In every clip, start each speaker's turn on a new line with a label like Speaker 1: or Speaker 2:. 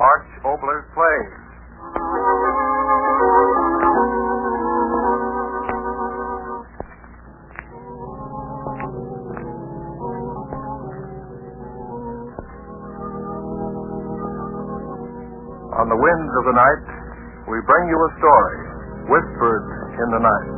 Speaker 1: Arch Obler's Plays. On the winds of the night, we bring you a story whispered in the night.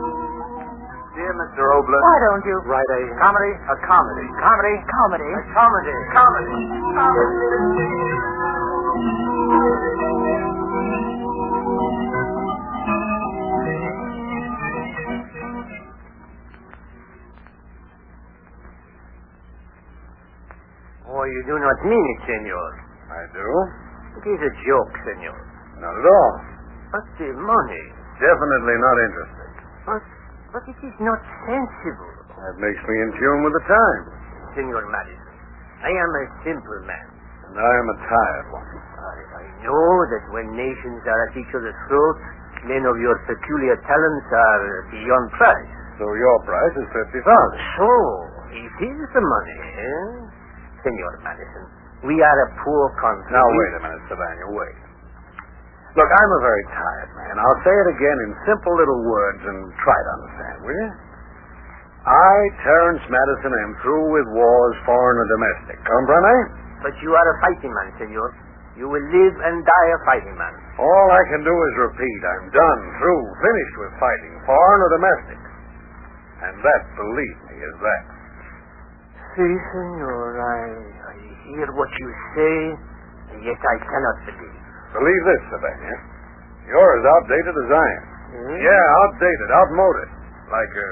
Speaker 2: Dear Mr. Obler.
Speaker 3: Why don't you?
Speaker 2: Write a comedy, a comedy, comedy,
Speaker 3: Comedy.
Speaker 2: a comedy, comedy, comedy.
Speaker 4: Oh, you do not mean it, senor.
Speaker 2: I do.
Speaker 4: It is a joke, senor.
Speaker 2: Not at all.
Speaker 4: But the money.
Speaker 2: Definitely not interesting.
Speaker 4: But, but it is not sensible,
Speaker 2: That makes me in tune with the time.
Speaker 4: senor Madison. I am a simple man.
Speaker 2: And I am a tired one.
Speaker 4: I, I know that when nations are at each other's throats, men of your peculiar talents are beyond price.
Speaker 2: So your price is fifty thousand.
Speaker 4: So, it is the money, eh? Senor Madison, we are a poor country.
Speaker 2: Now wait a minute, Savannah, wait. Look, I'm a very tired man. I'll say it again in simple little words and try to understand, will you? I, Terence Madison, am through with wars, foreign and domestic. Comprende?
Speaker 4: But you are a fighting man, senor. You will live and die a fighting man.
Speaker 2: All I can do is repeat. I'm done, through, finished with fighting, foreign or domestic. And that, believe me, is that.
Speaker 4: Si, senor, I, I hear what you say, and yet I cannot believe.
Speaker 2: Believe this, Savannah. You're as outdated as I am.
Speaker 4: Hmm?
Speaker 2: Yeah, outdated, outmoded. Like a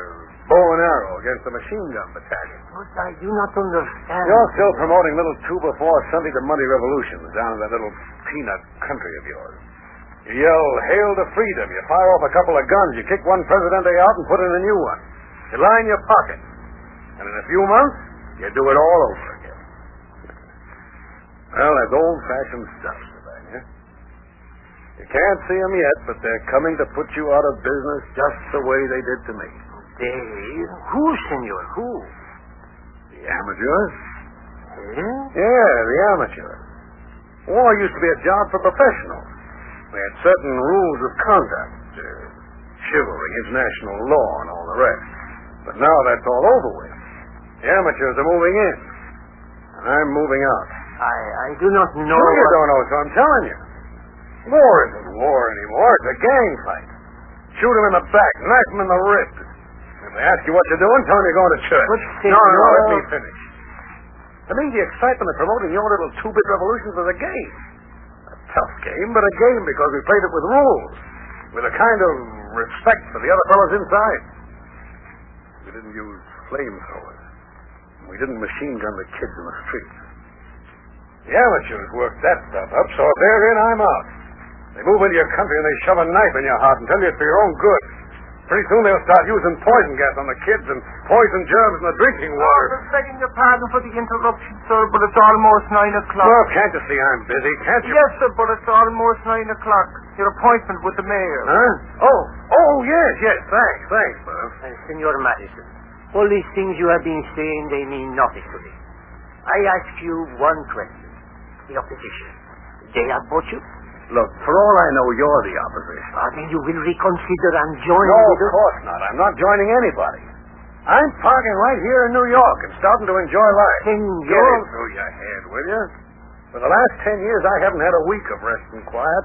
Speaker 2: bow and arrow against a machine gun battalion.
Speaker 4: But I do not understand.
Speaker 2: You're still promoting little two before Sunday to Monday revolutions down in that little peanut country of yours. You yell, hail to freedom. You fire off a couple of guns. You kick one presidente out and put in a new one. You line your pockets. And in a few months, you do it all over again. Well, that's old fashioned stuff, Savannah. You can't see 'em yet, but they're coming to put you out of business just the way they did to me.
Speaker 4: They? Who, senor? Who?
Speaker 2: The amateurs?
Speaker 4: Eh?
Speaker 2: Yeah, the amateur. War used to be a job for professionals. We had certain rules of conduct, uh, chivalry, international law, and all the rest. But now that's all over with. The amateurs are moving in, and I'm moving out.
Speaker 4: I, I do not know.
Speaker 2: Sure you
Speaker 4: what-
Speaker 2: don't know, so I'm telling you. War isn't war anymore. It's a gang fight. Shoot 'em in the back, knife 'em in the rib. If they ask you what you're doing, tell 'em you're going to church.
Speaker 4: But,
Speaker 2: no, no, no, let
Speaker 4: senor-
Speaker 2: me finish. To me, the excitement of promoting your little two-bit revolutions is a game. A tough game, but a game because we played it with rules, with a kind of respect for the other fellows inside. We didn't use flamethrowers. We didn't machine gun the kids in the streets. The amateurs work that stuff up, so if they're in, I'm out. They move into your country and they shove a knife in your heart and tell you it's for your own good. Pretty soon they'll start using poison gas on the kids and poison germs in the drinking water.
Speaker 3: begging your pardon for the interruption, sir, but it's almost nine o'clock.
Speaker 2: Well, can't you see I'm busy? Can't you?
Speaker 3: Yes, sir, but it's almost nine o'clock. Your appointment with the mayor.
Speaker 2: Huh? Oh, oh, yes, yes. Thanks, thanks, Bob.
Speaker 4: Uh, senor Madison, all these things you have been saying, they mean nothing to me. I ask you one question. The opposition. They have bought you?
Speaker 2: Look, for all I know, you're the opposition.
Speaker 4: Ah, then you will reconsider and join
Speaker 2: No, of
Speaker 4: with us?
Speaker 2: course not. I'm not joining anybody. I'm parking right here in New York and starting to enjoy life. Get
Speaker 4: Senor,
Speaker 2: it through your head, will you? For the last ten years, I haven't had a week of rest and quiet.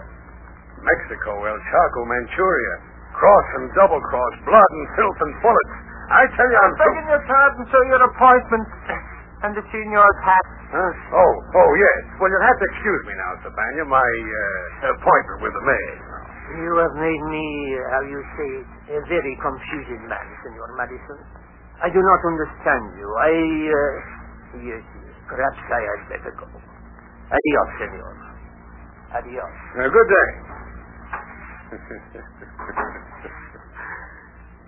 Speaker 2: Mexico, El Chaco, Manchuria, cross and double cross, blood and filth and bullets. I tell you, I'm.
Speaker 3: I'm begging your pardon, sir, your appointment and the senor's hat.
Speaker 2: Huh? Oh, oh, yes. Well, you'll have to excuse me now, Sabania. My uh, appointment with the mayor.
Speaker 4: you have made me, uh, how you say, it, a very confused man, Senor Madison. I do not understand you. I, uh, yes, yes, perhaps I had better go. Adios, Senor. Adios.
Speaker 2: Now, good day.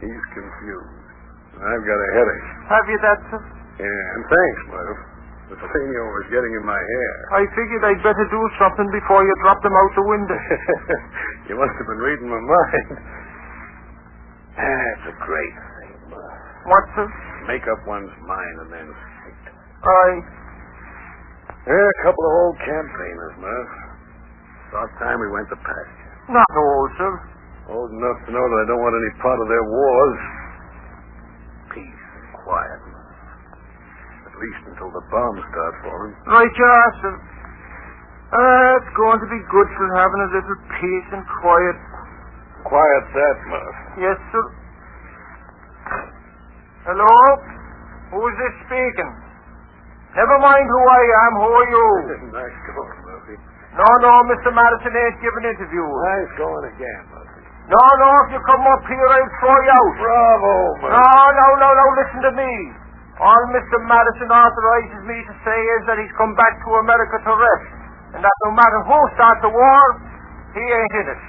Speaker 2: He's confused. and I've got a headache.
Speaker 3: Have you that, sir?
Speaker 2: Yeah, and thanks, Murph. The senior was getting in my hair.
Speaker 3: I figured I'd better do something before you drop them out the window.
Speaker 2: you must have been reading my mind. That's a great thing, Murph.
Speaker 3: What, sir?
Speaker 2: Make up one's mind and then stick to it.
Speaker 3: I...
Speaker 2: They're a couple of old campaigners, Murph. It's about time we went to pasture.
Speaker 3: Not old, sir.
Speaker 2: Old enough to know that I don't want any part of their wars. Peace and quiet, Murph. At least until the bombs start falling.
Speaker 3: Right you are, sir. Uh, it's going to be good for having a little peace and quiet.
Speaker 2: Quiet that, Murph.
Speaker 3: Yes, sir. Hello? Who's this speaking? Never mind who I am. Who are you?
Speaker 2: nice going, Murphy.
Speaker 3: No, no, Mr. Madison ain't giving interview.
Speaker 2: Nice going again, Murphy.
Speaker 3: No, no, if you come up here, I'll throw you out.
Speaker 2: Bravo, Ah!
Speaker 3: No, no, no, no, listen to me. All Mr. Madison authorizes me to say is that he's come back to America to rest, and that no matter who starts the war, he ain't in it.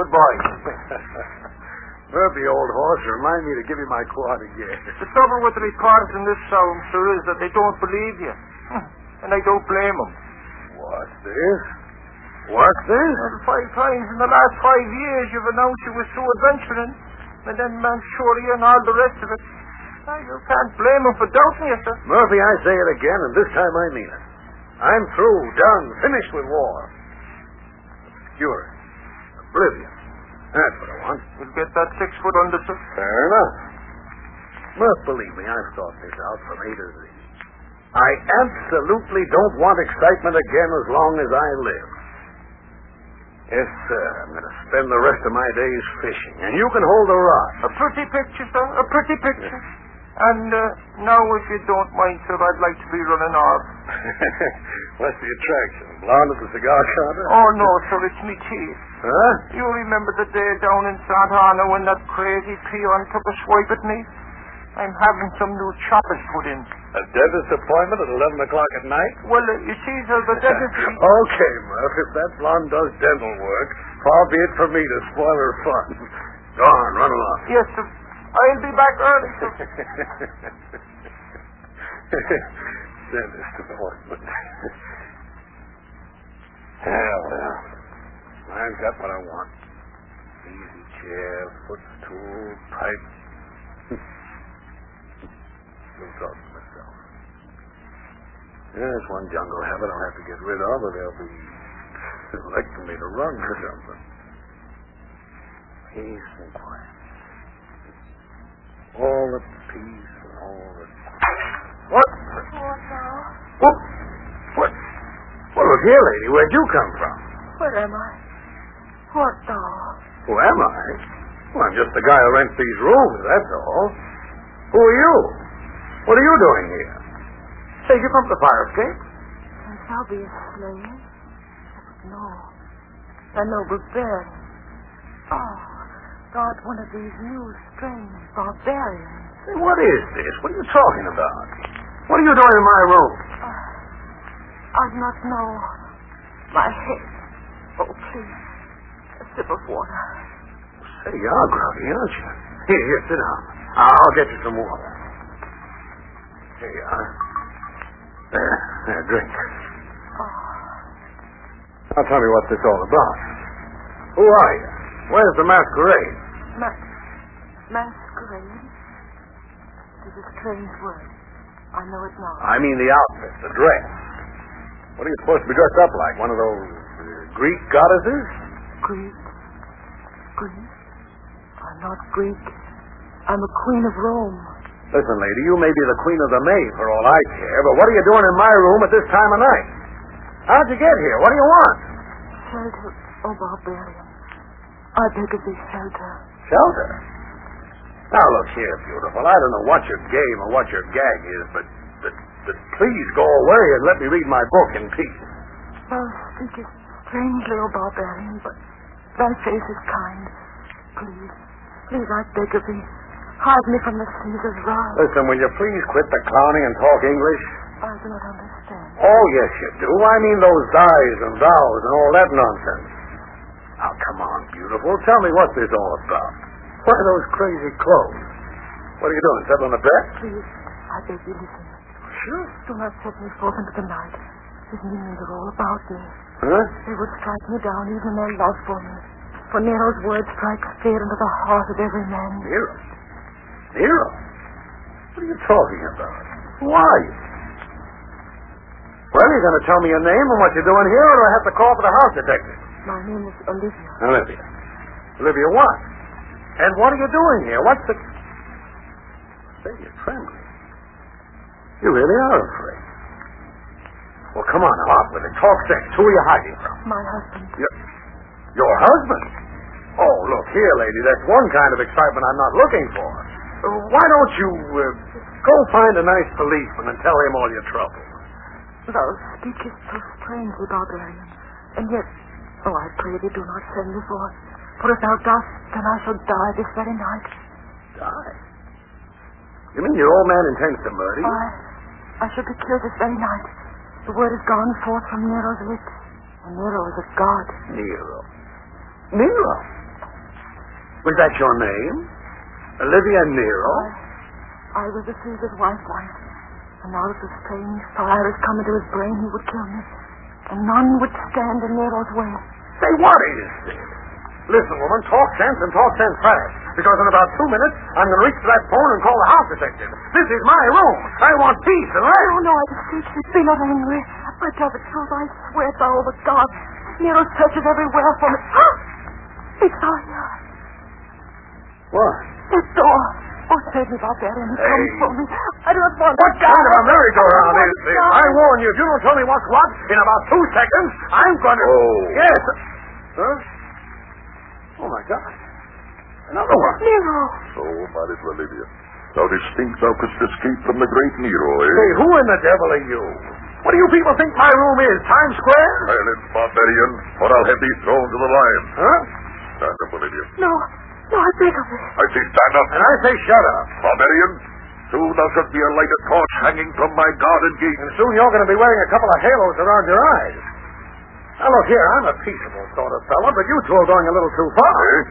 Speaker 3: Goodbye.
Speaker 2: Murphy, old horse, remind me to give you my quad again.
Speaker 3: The trouble with the reporters in this town, sir, is that they don't believe you. And I don't blame them.
Speaker 2: What's this? What's this?
Speaker 3: Five times in the last five years you've announced you were through adventuring, and then Manchuria and all the rest of it. Now, you can't blame them for doubting you, sir.
Speaker 2: Murphy, I say it again, and this time I mean it. I'm through, done, finished with war. Obscure. Oblivion. That's what I want.
Speaker 3: You'll get that six foot under, sir.
Speaker 2: Fair enough. Murph, believe me, I've thought this out from A to Z. I absolutely don't want excitement again as long as I live. Yes, sir, I'm going to spend the rest of my days fishing, and you can hold a rod.
Speaker 3: A pretty picture, sir. A pretty picture. And uh, now, if you don't mind, sir, I'd like to be running off.
Speaker 2: What's the attraction? Blonde at the cigar counter?
Speaker 3: Oh, no, sir, it's me teeth.
Speaker 2: Huh?
Speaker 3: You remember the day down in Santa Ana when that crazy peon took a swipe at me? I'm having some new choppers put in.
Speaker 2: A dentist appointment at 11 o'clock at night?
Speaker 3: Well, uh, you see, sir, the dentist...
Speaker 2: okay, Murph, if that blonde does dental work, far be it for me to spoil her fun. Go on, run along.
Speaker 3: Yes, sir. I'll be back early, sir.
Speaker 2: Dentist appointment. yeah, well, I've got what I want. Easy chair, footstool, pipe. Still talking to myself. There's one jungle habit I'll have to get rid of, or they'll be electing me to run for something. Peace and quiet. All the peace and all the what? What? What? Well, look here, lady. Where'd you come from?
Speaker 5: Where am I? What dog?
Speaker 2: Who am I? Well, I'm just the guy who rents these rooms, that's all. Who are you? What are you doing here? Say, you come to the fire escape?
Speaker 5: And shall be a slave? No. A noble baron. Oh, God, one of these new, strange barbarians.
Speaker 2: Say,
Speaker 5: Oh,
Speaker 2: what is this? What are you talking about? What are you doing in my room?
Speaker 5: I do not know. My head. Oh, please. A sip of water.
Speaker 2: Say, you are groggy, aren't you? Here, here, sit down. I'll get you some water. Here you are. There, there, drink.
Speaker 5: Oh,
Speaker 2: Now tell me what this all about. Who are you? Where's the masquerade?
Speaker 5: Ma- masquerade? It is a strange word. I know it now.
Speaker 2: I mean the outfit, the dress. What are you supposed to be dressed up like? One of those uh, Greek goddesses?
Speaker 5: Greek. Greek? I'm not Greek. I'm a queen of Rome.
Speaker 2: Listen, lady, you may be the queen of the May for all I care, but what are you doing in my room at this time of night? How'd you get here? What do you want?
Speaker 5: Shelter, oh barbarian. I beg of thee, shelter.
Speaker 2: Shelter. Now look here, beautiful. I don't know what your game or what your gag is, but, but, but please go away and let me read my book in peace.
Speaker 5: Thou speakest strangely, O barbarian, but thy face is kind. Please, please, I beg of thee, hide me
Speaker 2: Uh,
Speaker 5: from the Caesar's wrath.
Speaker 2: Listen, will you please quit the clowning and talk English?
Speaker 5: I do not understand.
Speaker 2: Oh, yes, you do. I mean those thys and thous and all that nonsense. Now, come on, beautiful. Tell me what this all about. Why those crazy clothes? What are you doing? Settling a bet?
Speaker 5: Please, I beg you, listen.
Speaker 2: Sure.
Speaker 5: Do not set me forth into the night. His meanings are all about me.
Speaker 2: Huh?
Speaker 5: They would strike me down even in their love for me. For Nero's word strikes fear into the heart of every man.
Speaker 2: Nero. Nero? What are you talking about? Who are you? Well, you're going to tell me your name and what you're doing here, or do I have to call for the house detective?
Speaker 5: My name is Olivia.
Speaker 2: Olivia. Olivia what? And what are you doing here? What's the... Say, you're trembling. You really are afraid. Well, come on, now, out with it. Talk sense. Who are you hiding from?
Speaker 5: My husband.
Speaker 2: Your, your husband? Oh, look here, lady. That's one kind of excitement I'm not looking for. Uh,
Speaker 5: oh,
Speaker 2: Why don't you uh, go find a nice policeman and tell him all your trouble?
Speaker 5: Thou speakest so strangely, barbarian. And yet, oh, I pray thee do not send me forth. For if thou dost, then I shall die this very night.
Speaker 2: Die. You mean your old man intends to murder you?
Speaker 5: I, I shall be killed this very night. The word has gone forth from Nero's lips. And Nero is a god.
Speaker 2: Nero. Nero? Was that your name? Olivia Nero?
Speaker 5: I was a Caesar's wife once. And now that the strange fire has come into his brain, he would kill me. And none would stand in Nero's way.
Speaker 2: Say, what is this? Listen, woman, talk sense and talk sense fast. Because in about two minutes, I'm going to reach for that phone and call the house detective. This is my room. I want peace and rest.
Speaker 5: Oh, no, I beseech you, be not angry. I tell the truth. I swear by all the gods. Nero searches everywhere for me. it's on you.
Speaker 2: What?
Speaker 5: The door. Oh, save me, barbarian. He
Speaker 2: Hey.
Speaker 5: comes for me. I do not want
Speaker 2: What
Speaker 5: to
Speaker 2: kind of a
Speaker 5: die.
Speaker 2: merry-go-round
Speaker 5: I
Speaker 2: is
Speaker 5: don't want to
Speaker 2: this?
Speaker 5: die.
Speaker 2: I warn you, if you don't tell me what's what, in about two seconds, I'm going to. Oh. Yes. Huh? Oh, my God. Another one.
Speaker 5: Nero.
Speaker 1: So, might as well, Olivia. Thou didst think thou couldst escape from the great Nero, eh?
Speaker 2: Say, who in the devil are you? What do you people think my room is? Times Square?
Speaker 1: Silence, barbarian, or I'll have thee thrown to the lions.
Speaker 2: Huh?
Speaker 1: Stand up, Olivia.
Speaker 5: No. No, I beg of thee.
Speaker 1: I say stand up.
Speaker 2: And I say shut up.
Speaker 1: Barbarian, soon thou shalt be a lighted torch hanging from my garden gate.
Speaker 2: And soon you're going to be wearing a couple of halos around your eyes. Now, look here, I'm a peaceable sort of fella, but you two are going a little too far.
Speaker 1: Eh?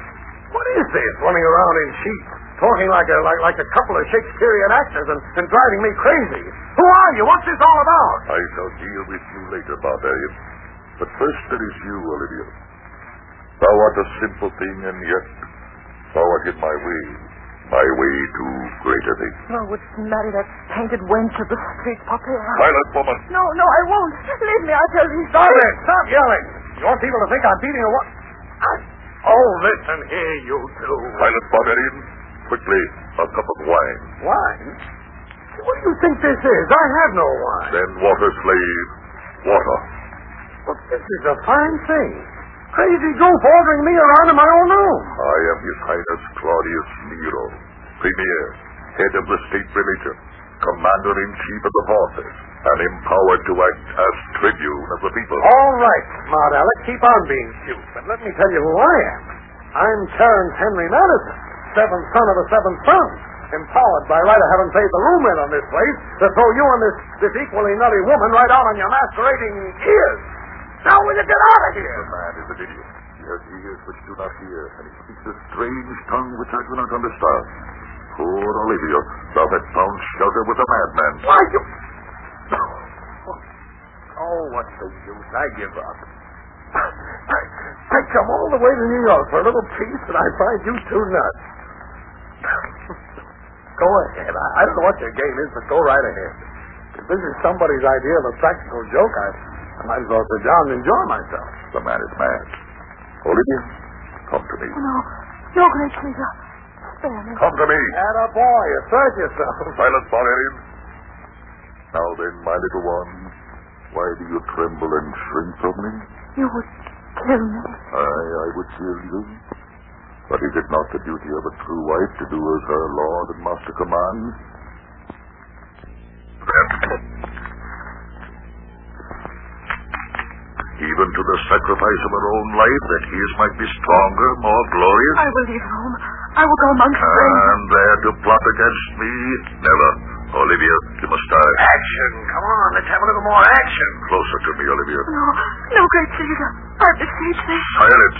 Speaker 2: What is this, running around in sheets, talking like a, like, like a couple of Shakespearean actors and, and driving me crazy? Who are you? What's this all about?
Speaker 1: I shall deal with you later, barbarian. But first there is you, Olivia. Thou art a simple thing, and yet thou art in my way, my way to greater things.
Speaker 5: Thou wouldst marry that painted wench of the street, Popera.
Speaker 1: Silent woman,
Speaker 5: No, no, I won't. Leave me, I tell thee.
Speaker 2: Stop it! Stop yelling! You want people to think I'm beating a what? Oh, listen here, you two.
Speaker 1: silent barbarian, quickly a cup of wine.
Speaker 2: Wine? What do you think this is? I have no wine.
Speaker 1: Then water, slave, water.
Speaker 2: Look, this is a fine thing. Crazy goof ordering me around in my own room.
Speaker 1: I am His Highness Claudius Nero, Premier, Head of the State Religion, Commander in Chief of the Forces, and empowered to act as Tribune of the people.
Speaker 2: All right, smart Alec, keep on being cute, but let me tell you who I am. I'm Terence Henry Madison, seventh son of a seventh son, empowered by right of having paid the room rent on this place to throw you and this, this equally nutty woman right out on your masquerading ears. Now will you get out of here?
Speaker 1: The man is an idiot. He has ears which do not hear, and he speaks a strange tongue which I do not understand. Poor Olivia, thou hast found shelter with a madman.
Speaker 2: Why, you... Oh, what's the use? I give up. I, I come all the way to New York for a little peace, and I find you two nuts. go ahead. I, I don't know what your game is, but go right ahead. If this is somebody's idea of a practical joke, I, I might as well sit down and enjoy myself.
Speaker 1: The man is mad. Olivia, come to me.
Speaker 5: No, no, great Caesar. Spare me.
Speaker 1: Come to me.
Speaker 2: a boy, assert yourself.
Speaker 1: Silence, barbarian. Now then, my little one, why do you tremble and shrink from me?
Speaker 5: You would kill me.
Speaker 1: Aye, I would kill you. But is it not the duty of a true wife to do as her lord and master commands? Even to the sacrifice of her own life, that his might be stronger, more glorious,
Speaker 5: I will leave home. I will go among friends.
Speaker 1: and there to plot against me, never. Olivia, you must die.
Speaker 2: Action. Come on, let's have a little more action.
Speaker 1: Closer to me, Olivia.
Speaker 2: Uh,
Speaker 5: No, no, great leader. I beseech thee.
Speaker 1: Silence.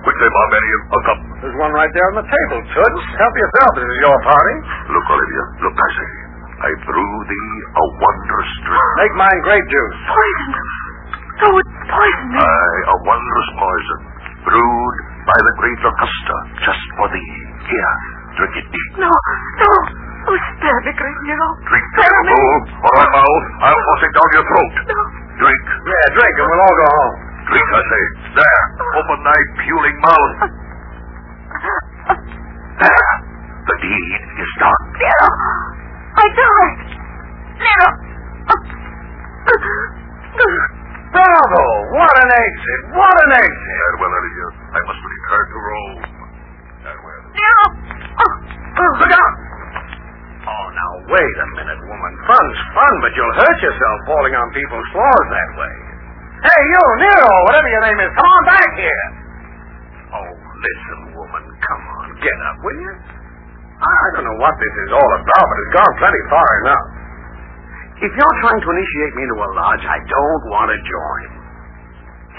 Speaker 1: Quickly, Barmeni, look up.
Speaker 2: There's one right there on the table, Toots. Help yourself. This is your party.
Speaker 1: Look, Olivia. Look, I say. I brew thee a wondrous drink.
Speaker 2: Make mine grape juice.
Speaker 5: Poison. Thou wouldst poison me.
Speaker 1: Aye, a wondrous poison, brewed by the great Augusta, just for thee. Here, drink it deep.
Speaker 5: No, no. Oh, spare me, great Nero.
Speaker 1: Drink Oh,
Speaker 5: Spare me.
Speaker 1: full, or I'm out. I'll force it down your throat.
Speaker 5: No.
Speaker 1: Drink,
Speaker 2: Yeah, drink, and we'll all go home.
Speaker 1: drink, I say. There, open thy puling mouth. There, the deed is done.
Speaker 5: Nero. I died. Nero.
Speaker 2: Bravo! What an exit! What an exit!
Speaker 1: Farewell, Olivia. I must return to Rome. Farewell.
Speaker 5: Nero. Oh, oh.
Speaker 2: Look out! Oh, now, wait a minute, woman. Fun's fun, but you'll hurt yourself falling on people's floors that way. Hey, you, Nero, whatever your name is, come on back here. Oh, listen, woman, come on, get up, will you? I I don't know what this is all about, but it's gone plenty far enough. If you're trying to initiate me into a lodge, I don't want to join.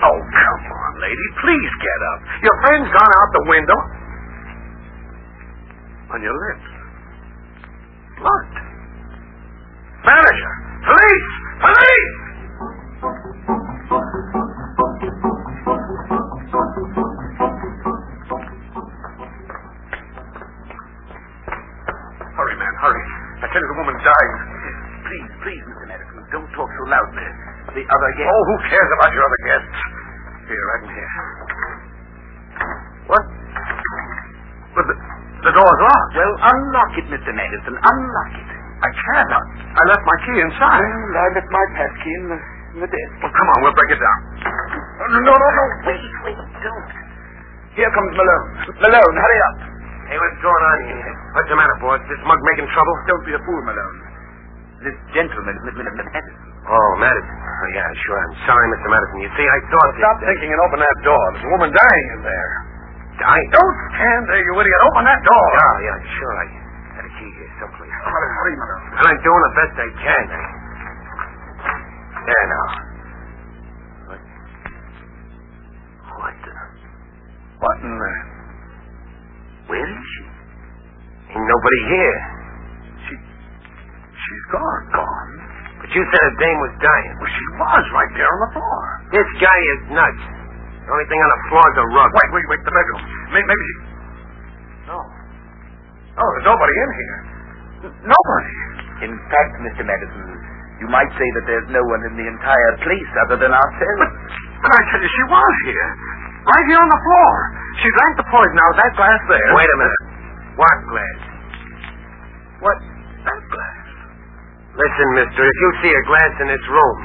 Speaker 2: Oh, come on, lady, please get up. Your friend's gone out the window. On your lips. Blood. Manager! Police! Police! Hurry, man, hurry. I tell you, the woman's dying.
Speaker 4: Please, please, Mr. Madison, don't talk so loudly. The other guest.
Speaker 2: Oh, who cares about your other guests? Here, I can hear. What? But the, the door's locked.
Speaker 4: Well, unlock it, Mr. Madison. Unlock it.
Speaker 2: I can't. I, I left my key inside.
Speaker 4: And I left my passkey in the, in the desk.
Speaker 2: Well, come on, we'll break it down. No, no, no.
Speaker 4: Wait, wait, don't.
Speaker 2: Here comes Malone. Malone, hurry up.
Speaker 3: Hey, what's going on here?
Speaker 2: What's the matter, boys? This mug making trouble? Don't be a fool, Malone.
Speaker 4: This gentleman, Mr. Madison.
Speaker 2: Oh, Madison. Oh, yeah, sure. I'm sorry, Mr. Madison. You see, I thought... Stop thinking and open that door. There's a woman dying in there. Dying? Don't stand there, you idiot. Open that door. Yeah, yeah, sure. I had a key here someplace. Hurry, hurry, Malone. Well, I'm doing the best I can. I... There now. What? What the... What in the... Where is she? Ain't nobody here. She... She's gone. Gone? But you said a dame was dying. Well, she was right there on the floor. This guy is nuts. The only thing on the floor is a rug. Wait, wait, wait. The bedroom. Maybe, maybe she... No. No, there's nobody in here. N- nobody.
Speaker 4: In fact, Mr. Madison, you might say that there's no one in the entire place other than ourselves.
Speaker 2: But, but I tell you, she was here. Right here on the floor. She drank the poison out of that glass there. Wait a minute. What glass? What? That glass. Listen, mister, if you see a glass in this room,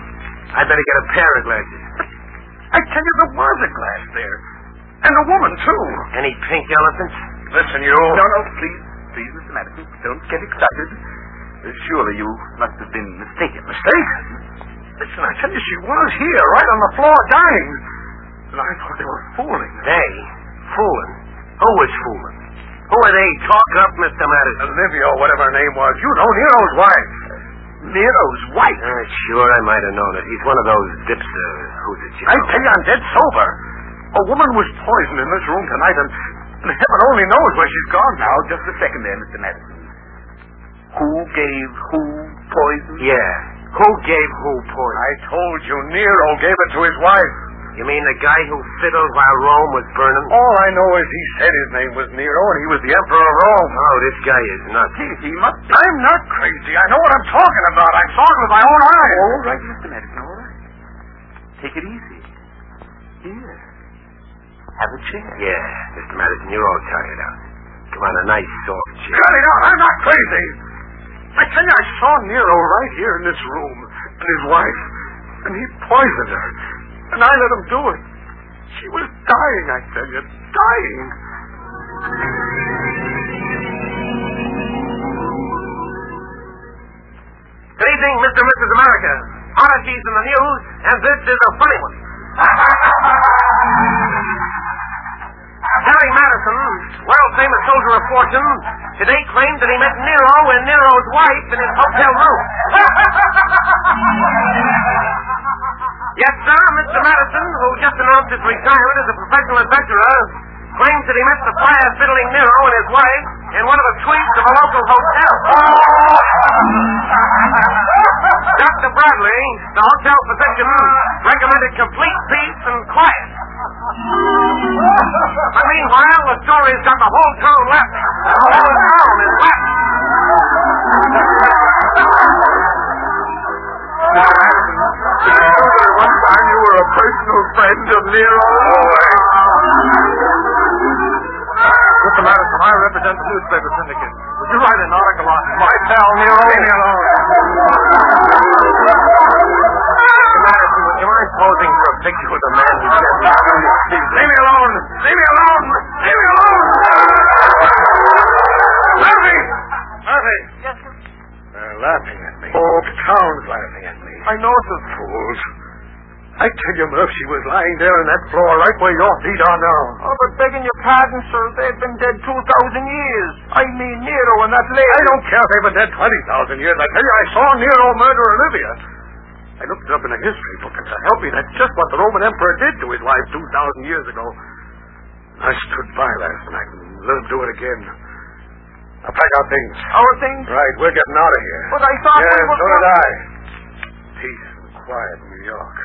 Speaker 2: I'd better get a pair of glasses. I tell you, there was a glass there. And a woman, too. Any pink elephants? Listen, you.
Speaker 4: No, no, please, please, Mr. Madison, don't get excited. Uh, Surely you must have been mistaken.
Speaker 2: Mistaken? Listen, I tell you, she was here, right on the floor, dying. And I thought they were fooling. They? Fooling? Who was fooling? Who are they? Talk up, Mr. Madison. Olivia, or whatever her name was. You know, Nero's wife. Nero's wife? Ah, sure, I might have known it. He's one of those dips, uh, who's it, I tell you, I'm dead sober. A woman was poisoned in this room tonight, and and heaven only knows where she's gone now.
Speaker 4: Now, just a second there, Mr. Madison. Who gave who poison?
Speaker 2: Yeah. Who gave who poison? I told you, Nero gave it to his wife. You mean the guy who fiddled while Rome was burning? All I know is he said his name was Nero and he was the emperor of Rome. Oh, this guy is nuts.
Speaker 4: He, he must be.
Speaker 2: I'm not crazy. I know what I'm talking about. I saw it with my own eyes.
Speaker 4: All right, Mr. Madison, all right. Take it easy. Here. Have a chair.
Speaker 2: Yeah, Mr. Madison, you're all tired out. Come on, a nice soft chair. Cut it out. I'm not crazy. I tell you, I saw Nero right here in this room, and his wife, and he poisoned her, and I let him do it. She was dying, I tell you, dying.
Speaker 3: Good evening, Mr. and Mrs. America. Oddities in the news, and this is a funny one. Harry Madison, world famous soldier of fortune, Today claimed that he met Nero and Nero's wife in his hotel room. yes, sir, Mr. Madison, who just announced his retirement as a professional adventurer, claims that he met the fire fiddling Nero and his wife in one of the suites of a local hotel. Dr. Bradley, the hotel physician, recommended complete peace and quiet. But meanwhile, the story's got the whole town laughing. The whole town is laughing.
Speaker 1: One time you were a personal friend of Nero.
Speaker 3: Mr. Madison, I represent the newspaper syndicate. Would you write an article on my pal Nero? Leave me alone. Mr. Madison, would you mind posing for a picture with a man who just Leave me alone. Leave me alone. Leave me alone. Murphy! Murphy! Yes, sir.
Speaker 2: Uh,
Speaker 3: They're laughing at me.
Speaker 2: Oh, the town's laughing at me.
Speaker 3: I know it's a
Speaker 2: Fools. I tell you, Murph, she was lying there on that floor right where your feet are now.
Speaker 3: Oh, but begging your pardon, sir, they've been dead 2,000 years. I mean Nero and that lady.
Speaker 2: I don't care if they've been dead 20,000 years. I tell you, I saw Nero murder Olivia. I looked it up in a history book, and to help me, that's just what the Roman emperor did to his wife 2,000 years ago. I stood by last night and let him do it again. Now, pack our things.
Speaker 3: Our thing?
Speaker 2: Right, we're getting out of here.
Speaker 3: But I thought
Speaker 2: yes,
Speaker 3: we were...
Speaker 2: so did I. Peace and quiet New York.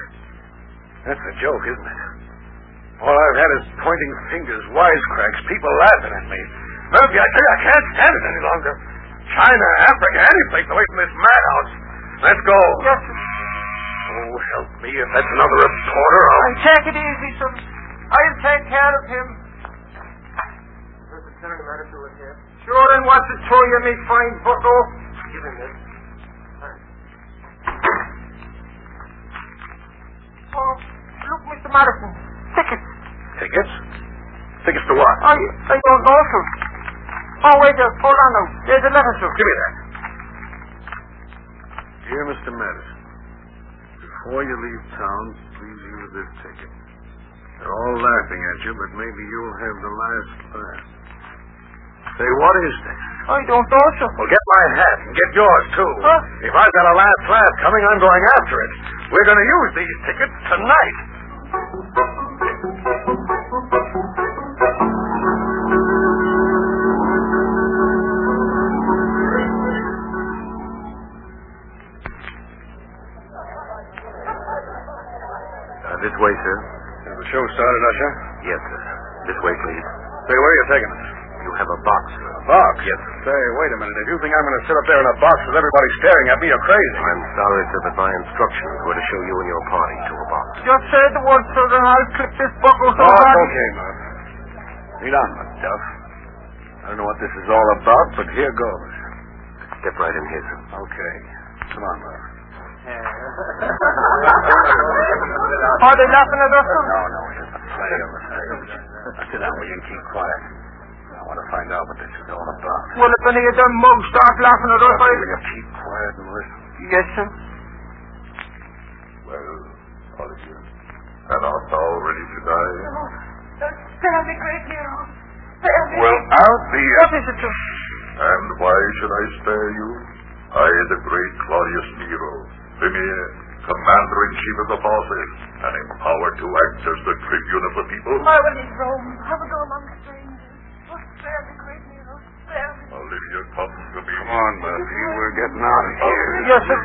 Speaker 2: That's a joke, isn't it? All I've had is pointing fingers, wisecracks, people laughing at me. Murphy, I tell you, I can't stand it any longer. China, Africa, any place away from this madhouse. Let's go.
Speaker 3: Yes, sir.
Speaker 2: Oh, help me. If that's another reporter, I'll...
Speaker 3: I'll take it easy, sir. I'll take care of him. Mr. Terry Madison was here. Sure, and what's it to you, me fine bucko? Give him this. Oh, look, Mr. Madison. Tickets.
Speaker 2: Tickets? Tickets to what?
Speaker 3: I, I don't know, sir. Oh, wait, uh, hold on now. There's a letter, sir.
Speaker 2: Give me that. Dear Mr. Madison, before you leave town, please use this ticket. They're all laughing at you, but maybe you'll have the last laugh. Say, what is this?
Speaker 3: I don't know, sir.
Speaker 2: Well, get my hat and get yours, too.
Speaker 3: Huh?
Speaker 2: If I've got a last laugh coming, I'm going after it. We're going to use these tickets tonight.
Speaker 4: Uh, this way, sir.
Speaker 2: Has the show started, Usher?
Speaker 4: Yes, sir. This way, please.
Speaker 2: Say, where are you taking us?
Speaker 4: You have a box, sir.
Speaker 2: Box? Yes. Say, wait a minute. If you think I'm going to sit up there in a box with everybody staring at me, you're crazy.
Speaker 4: I'm sorry, sir, but my instructions were to show you and your party to a box.
Speaker 3: Just say the word, sir, and I'll clip this buckle so
Speaker 2: Oh,
Speaker 3: hard.
Speaker 2: it's okay, Murph. Lead on, Duff. I don't know what this is all about, but here goes.
Speaker 4: Step right in here, sir.
Speaker 2: Okay. Come on, Murph.
Speaker 3: Are they laughing at us, sir?
Speaker 2: No, no, it isn't. Play of the stage. Now, sit down, will you, and keep quiet. I want to find out what this is all about.
Speaker 3: Well, if any of them mugs start laughing at us, I...
Speaker 2: Will you keep quiet and listen?
Speaker 3: Yes, sir.
Speaker 1: Well, all of you. And art thou ready to die?
Speaker 5: Spare me, great Nero. Spare me.
Speaker 1: Well, I'll be a
Speaker 3: What is it, sir?
Speaker 1: And why should I spare you? I, the great Claudius Nero, premier, commander in chief of the bosses, and empowered to act as the tribune of the people.
Speaker 5: I will leave Rome. I will go among strangers. Oh, spare me, great Nero. Spare me.
Speaker 1: Olivia, come to me.
Speaker 2: Come on, Murphy. We're getting out of here.
Speaker 3: Yes, sir.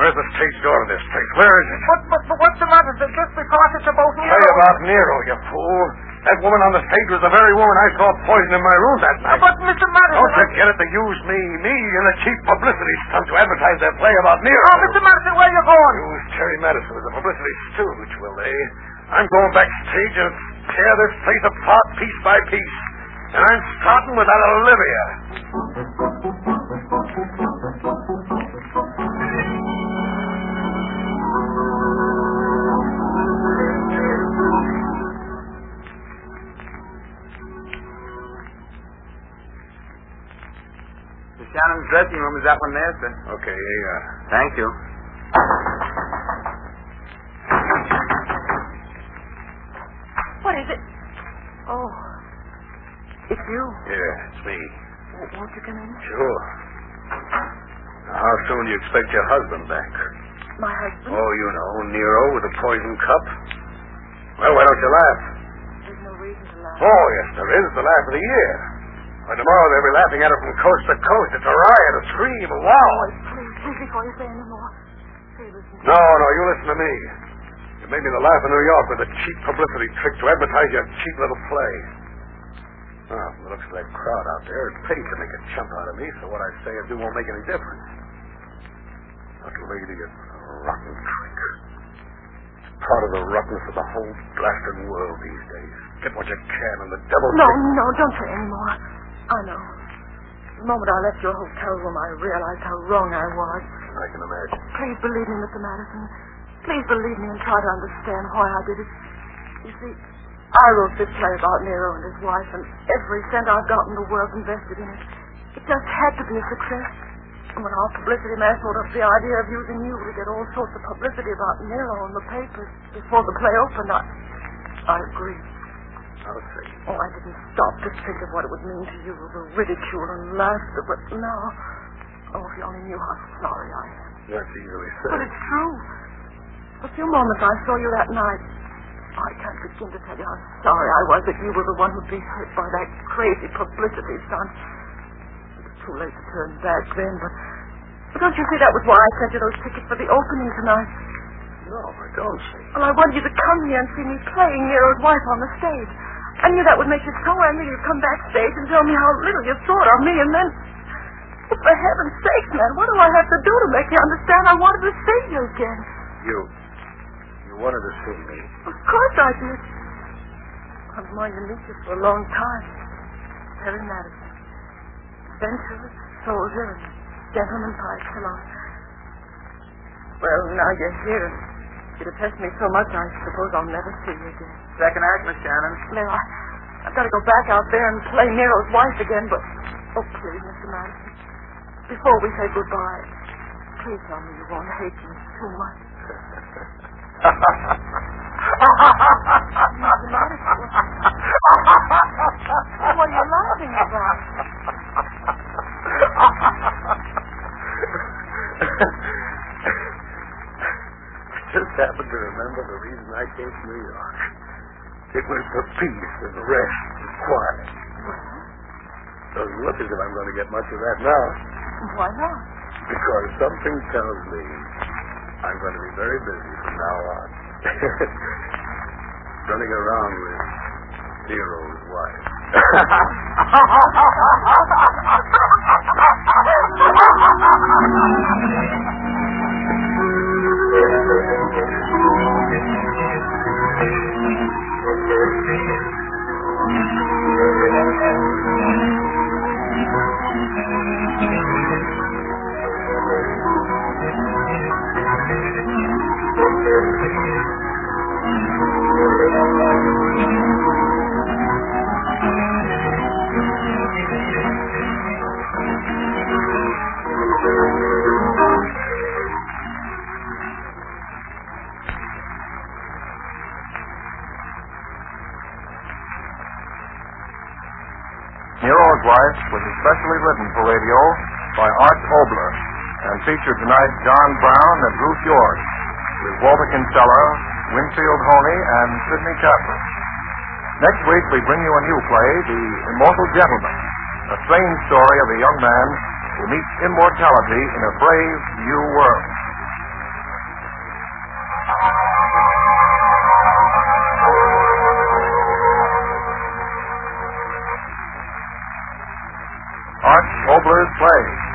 Speaker 2: Where's the stage door to this place? Where is it?
Speaker 3: But, but, but what's the matter, sir? Just because it's about Nero.
Speaker 2: Say about Nero, you fool. That woman on the stage was the very woman I saw poisoning my room that night.
Speaker 3: But, Mr. Madison...
Speaker 2: Don't you get it? They use me, me, and the chief publicity stunt to advertise their play about Nero.
Speaker 3: Oh, Mr. Madison, where are you going?
Speaker 2: Use Terry Madison as a publicity stooge, will they? I'm going backstage and tear this place apart piece by piece. And I'm starting with that Olivia.
Speaker 4: The Shannon's dressing room is that one there, sir.
Speaker 2: Okay, yeah.
Speaker 4: Thank you.
Speaker 5: What is it? Oh, it's you.
Speaker 2: Yeah, it's me.
Speaker 5: Uh, W- Won't you come in?
Speaker 2: Sure. How soon do you expect your husband back?
Speaker 5: My husband
Speaker 2: Oh, you know, Nero with the poison cup. Well, why don't you laugh?
Speaker 5: There's no reason to laugh.
Speaker 2: Oh, yes, there is. The laugh of the year. By tomorrow, they'll be laughing at it from coast to coast. It's a riot, a scream, a wow.
Speaker 5: Boy, please, please, before you say any more. Say, listen.
Speaker 2: No, no, you listen to me. You made me the laugh in New York with a cheap publicity trick to advertise your cheap little play. Oh, from the looks of that crowd out there, it's pity to make a chump out of me, so what I say or do won't make any difference. But, lady, it's a rotten trick. It's part of the rottenness of the whole blasted world these days. Get what you can, and the devil...
Speaker 5: No, no, don't say any more. I know. The moment I left your hotel room, I realized how wrong I was.
Speaker 2: I can imagine.
Speaker 5: Please believe me, Mr. Madison. Please believe me and try to understand why I did it. You see, I wrote this play about Nero and his wife, and every cent I've got in the world invested in it. It just had to be a success. And when our publicity man thought up the idea of using you to get all sorts of publicity about Nero in the papers before the play opened, I, I agreed.
Speaker 2: Now, let's see.
Speaker 5: Oh, I didn't stop to think of what it would mean to you, the ridicule and laughter, but now... Oh, if you only knew how sorry I am.
Speaker 2: That's easily
Speaker 5: But
Speaker 2: said.
Speaker 5: it's true. A few moments I saw you that night. I can't begin to tell you how sorry I was that you were the one who'd be hurt by that crazy publicity stunt. It was too late to turn back then, but... but don't you see that was why I sent you those tickets for the opening tonight?
Speaker 2: No, I don't see.
Speaker 5: Well, I wanted you to come here and see me playing Nero's wife on the stage. I knew that would make you so angry you'd come backstage and tell me how little you thought of me, and then... But for heaven's sake, man, what do I have to do to make you understand I wanted to see you again?
Speaker 2: You. You wanted to see me.
Speaker 5: Of course I did. I've wanted to meet you for a long time. Perry Madison. Adventurer, soldier, and gentleman by excellence. Well, now you're here. You depress me so much, I suppose I'll never see you again.
Speaker 3: Second act, Miss Shannon.
Speaker 5: Now, I, I've got to go back out there and play Nero's wife again, but... Oh, please, Mr. Madison. Before we say goodbye, please tell me you won't hate me too much. Mr. Madison, what- what are you laughing about?
Speaker 2: I just happened to remember the reason I came to New York. It was for peace and rest and quiet. Doesn't look as if I'm going to get much of that now,
Speaker 5: Why not?
Speaker 2: because something tells me I'm going to be very busy from now on. Running around with Nero's wife.
Speaker 6: Nero's Wife was especially written for radio by Art Obler and featured tonight John Brown and Ruth York with Walter Kinsella, Winfield Honey, and Sidney Chapman. Next week we bring you a new play, The Immortal Gentleman, a strange story of a young man who meets immortality in a brave new world. Art Obler's play.